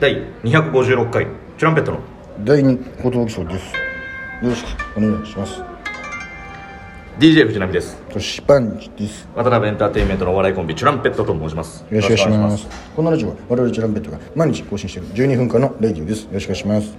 第256回チュランペットの第二高等気象ですよろしくお願いします DJ 藤波ですとシパンチです渡辺エンターテインメントのお笑いコンビチュランペットと申しますよろしくお願いしますよこのラジオは我々チランペットが毎日更新している12分間のレディオですよろしくお願いします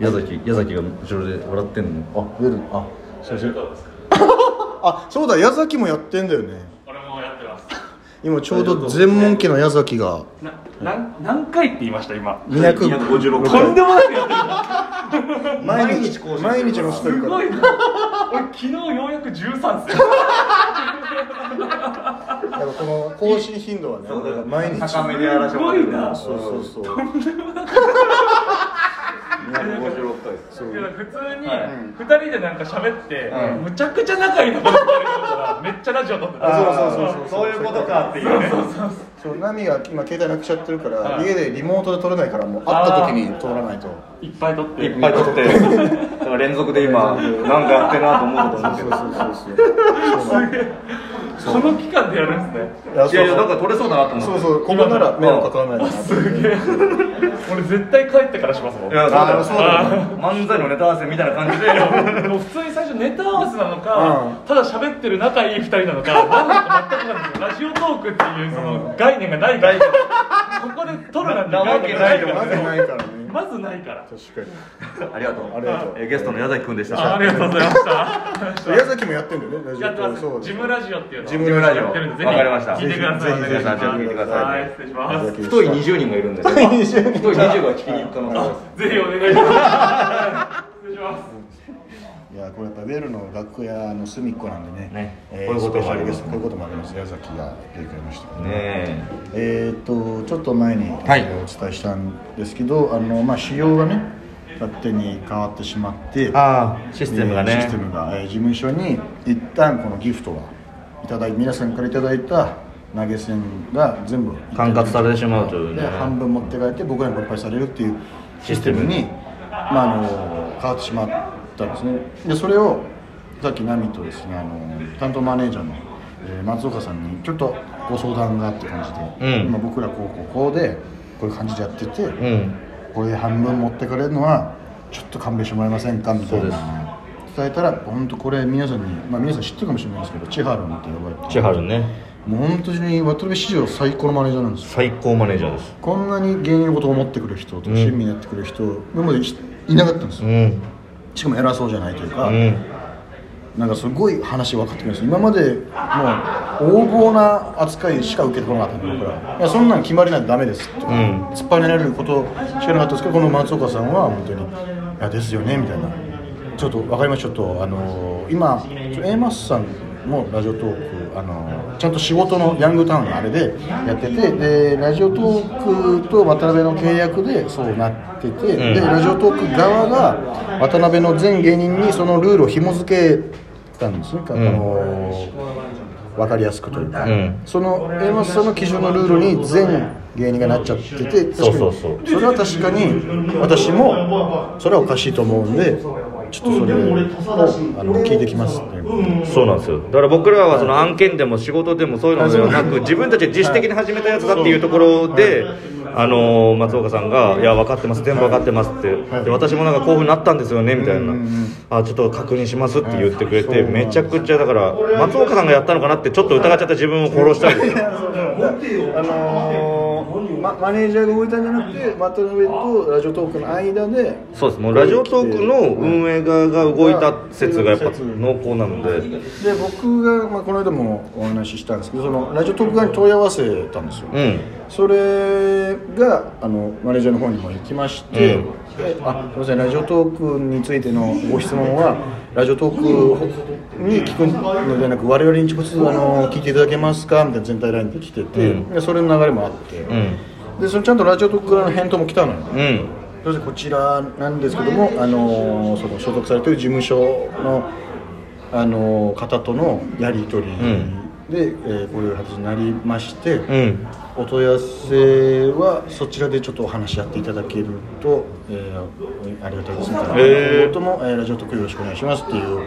ろしくお願いします矢崎矢崎が後ろで笑ってんのあウェルあ写真 あそうだ矢崎もやってんだよね俺もやってます 今ちょうど全問家の矢崎がななん何回って言いました今256と回んでもなくやってる毎日日更新毎日のストーリー すかごらいな 俺昨日ようやく13っすよやっぱこの更新頻度はねだから毎日高めでやらせてもらってるすごいなそうそうそう256回ですいや普通に2人でなんか喋って、むちゃくちゃ仲いいなと思ってるからめっちゃラジオ撮ってたあーそうそうそうそういうことかっていうねそうナミが今携帯なくしちゃってるから家でリモートで撮れないからもう会った時に撮らないといっぱい撮ってい っぱい撮ってだから連続で今なんかやってるなと思うこと思ってるそうそうこの期間でやるんですねいやいやいやなんか撮れそうだなと思ってそうそうここなら迷惑かからないかなと俺絶対帰ってからしますもんいやそうだよあーそうだあー漫才のネタ合わせみたいな感じでもう普通に最初ネタ合わせなのか、ただ喋ってる仲いい2人なのか何なのか全く分かんないですよラジオトークっていうその概念がないから、ここで撮るなんて概念がななまずないいからねからねまずないから確かありがとうにありがとうえーゲストの矢崎くんでしたあありがとうございました矢崎もやってんだよねラジオ やってますそうジムラジオっていうのジムラジオやってるんでぜわかりましたひ聞いてくださいぜひお願いしまぜすひ聞いてくださいはい失礼しますぜ太い20人がいるんですよ太い20が聞きに行く可能性がひお願いします失礼しますいやこれやっぱウェルの楽屋の隅っこなんでねねえーこういうこともありますスペシャルゲストこういうこともあります矢崎が出てくれましたけどあるねえー、とちょっと前に、はいえーお伝えしたんですけどあの、まあ、仕様がね勝手に変わってしまってああシステムがえーシねステムが、えー事務所に一旦このギフトがいただい皆さんからいただいた投げ銭が全部管轄されてしまうというねで半分持って帰って僕らに分配されるっていうシステムに、まあ、あの変わってしまったんですねでそれをさっきナミとですねあの担当マネージャーの、えー松岡さんにちょっとご相談があって感じで、うん今僕らこうこうこうでこういう感じでやってて、うんこれで半分持ってかれるのはちょっと勘弁してもらえませんかみたいそうでな伝えたら本当これ皆さんに、まあ、皆さん知ってるかもしれないですけど千春って呼ばれて千春ねもう本当に渡辺史上最高のマネージャーなんですよ最高マネージャーですこんなに芸人のことを思ってくる人と親身になってくる人今までいいなかったんですうよんしかも偉そうじゃないというか、うんなんかすごい話分かってくるんですよ今までもう横暴な扱いしか受けてこなかったんで僕らいやそんなん決まりなんてダメですとか、うん突っ張ねられることしかなかったんですけどこの松岡さんは本当に「いやですよね」みたいな「ちょっと分かりましたちょっとあのー今ちょ A マスさんもラジオトーク、あのーちゃんと仕事のヤングタウンのあれでやっててでラジオトークと渡辺の契約でそうなってて、でラジオトーク側が渡辺の全芸人にそのルールを紐付けたんですね、あのー分かりやすくというか、うんその A マスさんの基準のルールに全芸人がなっちゃっててそうそうそうそれは確かに私もそれはおかしいと思うんでちょっとそれをあの聞いてきますっていうそうなんですよだから僕らはその案件でも仕事でもそういうのではなく自分たちで自主的に始めたやつだっていうところで、あのー松岡さんが「いや分かってます全部分かってます」って、で私もなんかこういうふうになったんですよねみたいな「あちょっと確認します」って言ってくれてめちゃくちゃだから松岡さんがやったのかなってちょっと疑っちゃった自分を殺したんですよあのーまマネージャーが動いたんじゃなくてマトルベとラジオトークの間でそうですもうラジオトークの運営側が動いた説がやっぱ濃厚なのでで僕が、まあ、この間もお話ししたんですけどそのラジオトーク側に問い合わせたんですよ、うんそれがあのマネージャーの方にも行きまして、うんであすみませんラジオトークについてのご質問はラジオトークに聞くのではなく我々に直接あの聞いていただけますかみたいな全体ラインで来てて、うんでそれの流れもあって、うんでそのちゃんとラジオトークからの返答も来たのよ、うんそしてこちらなんですけども、あのーその所属されている事務所の、あのー方とのやり取りんで、えーこういう形になりまして、うんお問い合わせはそちらでちょっとお話し合っていただけると、えーありがたいですみたいな、へー今後とも、えーラジオ特有よろしくお願いしますっていう。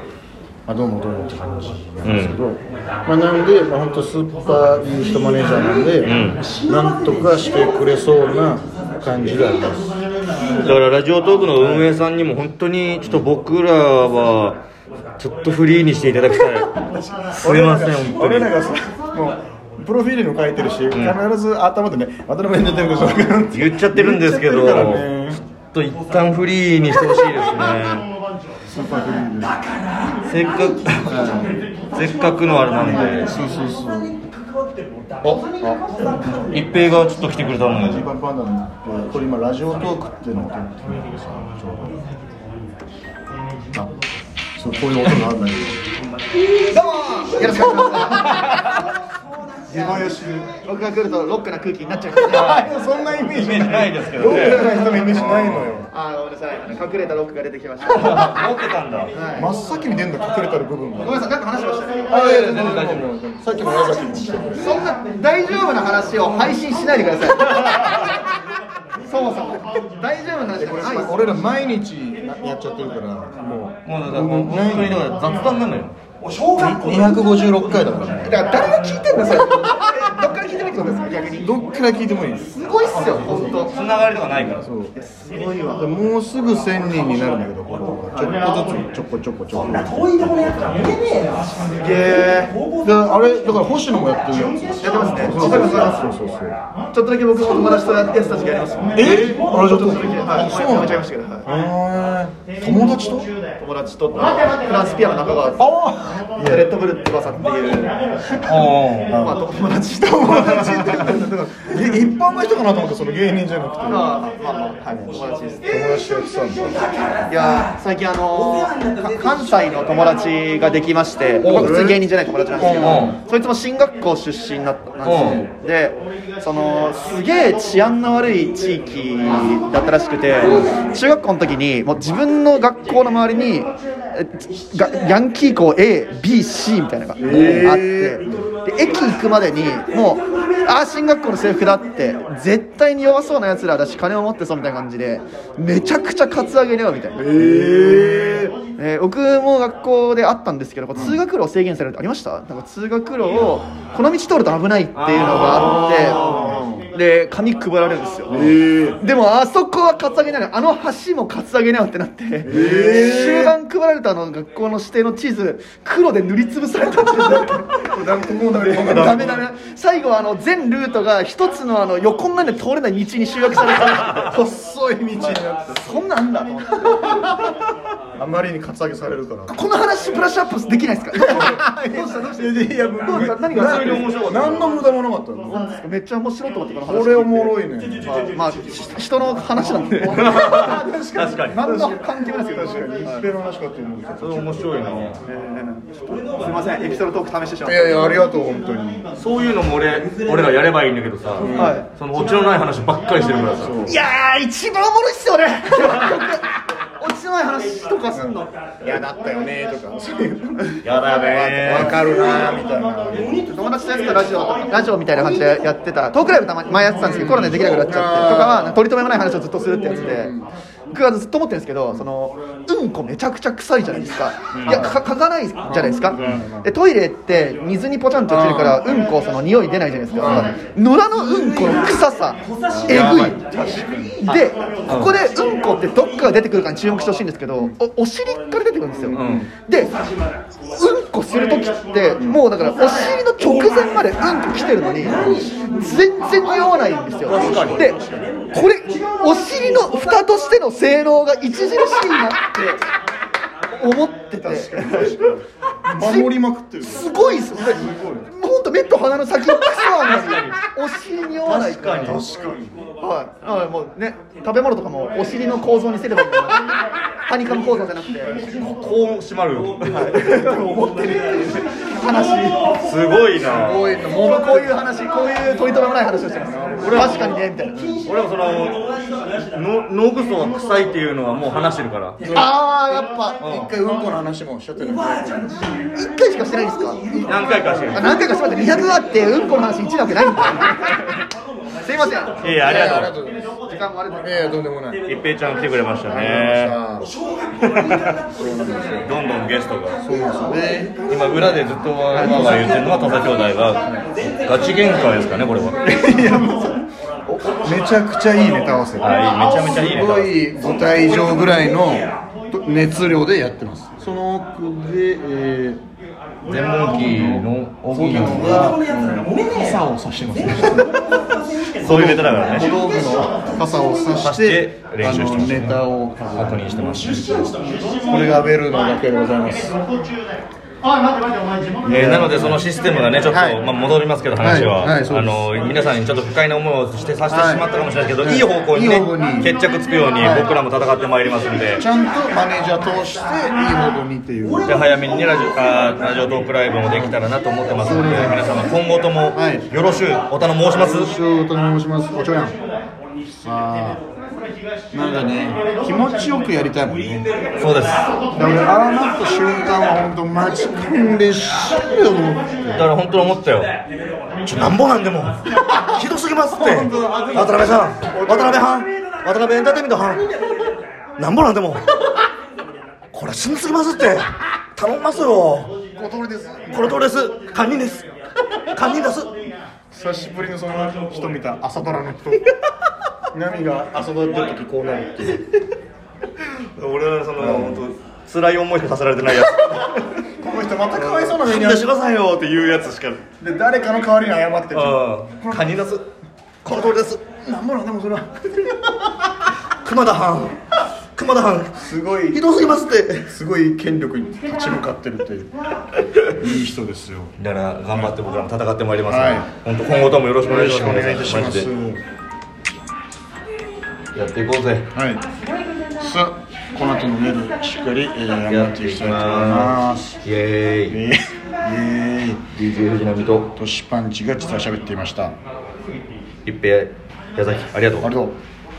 まあ、どうもどうもって感じなんですけど、まあ、なので、まあ、本当スーパーいい人マネージャーなんで、なんとかしてくれそうな感じがありますだからラジオトークの運営さんにも本当にちょっと僕らはちょっとフリーにしていただきたいすみません本当俺にらがさもうプロフィールにも書いてるし、必ず頭でね渡辺エンターテインメントさん言っちゃってるんですけどち言っょちゃってるからねっと一旦フリーにしてほしいですねスーパーフリーでせっかくせっかく のあれなんでそうそうそう一平がちょっと来てくれたのジーでパンパンダのこれ今ラジオトークっていうのを撮ってるんですよちょうどあそうこういう音があるんだけどどうもよろしくお願いします自慢よし僕が来るとロックな空気になっちゃうからねそんなイメーイジメージないですけロどッねクな人のイメージないのよあーごめんなさいあの隠れたロックが出てきましたは持ってたんだい真っ先に出んだ隠れたる部分ごめんがなさいなんか話しましたねあいやいや全然大丈夫さっきも矢崎もそんな大丈夫な話を配信しないでくださいそもそも大丈夫な話じゃないです俺ら毎日やっちゃってるからもうもうだからもう本当にだから雑談なのよ256回だからねだから誰が聞いてんのそれえどっから聞いてもいいってことですか逆にどっから聞いてもいいですすごいっすよ本当つながりとかないからそうすごいわもうすぐ1000人になるんだけどこれはちょっとずつちょこちょこちょこちょこすげえであれだから星野もやってるやんやってますねそうそうそうそうそうちょっとだけ僕も友達とやってた時期ありますもんえあれちょっとはいそうやなめんちゃだいましたけどはへいー友達と友達とフランスピアの中川ああレッドブル翼っていうまあ友達と友 達って言うんだだからい一般の人かなと思ったその芸人じゃなくてまあまあまあはい友達です友達とやってたんだいやー最近あのー、か関西の友達ができまして、まあ普通に芸人じゃない友達なんですけおど、そいつも進学校出身だったなんですよ。で、そのすげえ治安の悪い地域だったらしくて、中学校の時にもう自分の学校の周りにえがヤンキー校 A、B、C みたいなのがあって、で駅行くまでにもうああ進学校の制服だって絶対に弱そうなやつらだし金を持ってそうみたいな感じでめちゃくちゃカツアゲだよみたいな。えー僕も学校であったんですけどこう通学路を制限されるってありましたなんか通学路をこの道通ると危ないっていうのがあってで紙配られるんですよでもあそこはカツアゲなのあの橋もカツアゲなのってなって終盤配られたあの学校の指定の地図黒で塗りつぶされた地図だったダメダメ最後はあの全ルートが一つのあの横になんで通れない道に集約された細い道になってそんなんあんだと思ってあまりにカツアゲされるからこの話ブラッシュアップできないですかどうしたどうしたいやもうどうした何が何の無駄もなかったよめっちゃ面白いと思ってこの話聞いてこれおもろいねまあ、まあ、し人の話なんで確かに何の関係もないですけ確どかに一平の話かって思うけどそれ面白いなすいませんエピソードトーク試してしまっいやいやありがとう本当にそういうのも俺俺らやればいいんだけどさ、たはそのオチのない話ばっかりしてるからさいいやー一番おもろいっすよね 落ちてない話とかすんの嫌だったよねとかそういうやだねわかるなみたいな友達とやってたラジオとかラジオみたいな感じでやってたトークライブたまに前やってたんですけどコロナでできなくなっちゃってとかは取り留めもない話をずっとするってやつで僕はずっと思ってるんですけどそのうんこめちゃくちゃ臭いじゃないですかいやかかかないじゃないですかでトイレって水にポチャンと落ちるからうんこその匂い出ないじゃないですか野良のうんこの臭さえぐいでここでうんこってどっから出てくるかに注目してほしいんですけどおお尻から出てくるんですよ、んでうんこするときってもうだからお尻の直前までうんこ来てるのに全然匂わないんですよでこれお尻の蓋としての性能が著しいなって思ってて守りまくってるすごいですよほんと目と鼻の先のクソなのにお尻に匂わないから確かにはい、なのでもうね、食べ物とかもお尻の構造にすればいいんだな。ハニカム構造じゃなくて、こう閉まるよ思ってるっていう話。すごいなこういうの、もうこういう話、こういう取り留めもない話をしてます。確かにねみたいな。俺もそのの脳ぐそは臭いっていうのはもう話してるからああ、やっぱ、一回うんこの話もおっしゃってるんで一回しかしてないんですか。何回かしてるあ何回かしまって、二百あって、うんこの話一なわけないんだ。すいません。いやいやありがとうとうございます時間もあれだ。いやいやとんでもない一平ちゃん来てくれましたねありがとうございましたどんどんゲストが今裏でずっと わーわー言ってるのは土佐兄弟がガチ喧嘩ですかねこれはめちゃくちゃいいネタ合わせあいいめちゃめちゃいいネタ合わせすごい舞台上ぐらいの熱量でやってますその奥で、えー、全問期の荻野が傘を差してますねそういうネタだから小ね道具の傘を差差ししてて練習してあまのすねネタを確認してますこれがベルのだけでございますえーなのでそのシステムがねちょっと、はいまあ、戻りますけど話は、はいはいそうあですの皆さんにちょっと不快な思いをしてさせてしまったかもしれないですけど、はいい、い方向にねいい方向に決着つくようにはい僕らも戦ってまいりますんで。ちゃんとマネージャー通していい方向にっていうで早めにねラジオあーラジオトークライブもできたらなと思ってますので皆様今後ともはいよろしゅうお頼申します、一応お頼申しますおちょやんあーなんかね気持ちよくやりたいもんねそうですだからああなった瞬間は本当マジ訓練しいよと思ってだから本当に思ったよちょなんぼなんでもひどすぎますって渡辺さん渡辺はん渡辺エンターテインメントはんなんぼなんでもこれしんどすぎますって頼みますよ小通りですこの通りです堪忍です堪忍です久しぶりにその人見た朝ドラの 人波が朝ドラ出る時こうなるっていう俺はその本当辛い思いしかさせられてないやつこの人またかわいそうな目堪忍出に遭うしてくださいよっていうやつしかで誰かの代わりに謝ってるカニナスこの通りですなんもなんでもそれは熊田藩熊田藩すごいひどすぎますってすごい権力に立ち向かってるといういい人ですよだから頑張って僕らも戦ってまいりますので、はい本当今後ともよろしくおよ願いろししくますお願いいたしまマすジでやっていこうぜはいさあこの後のメールしっかり、えー、やっていきたいと思いますイエイーイエーイイエーイ DJ 藤波とトシパンチが実は喋っていましたあ一平矢崎ありがとうりがとう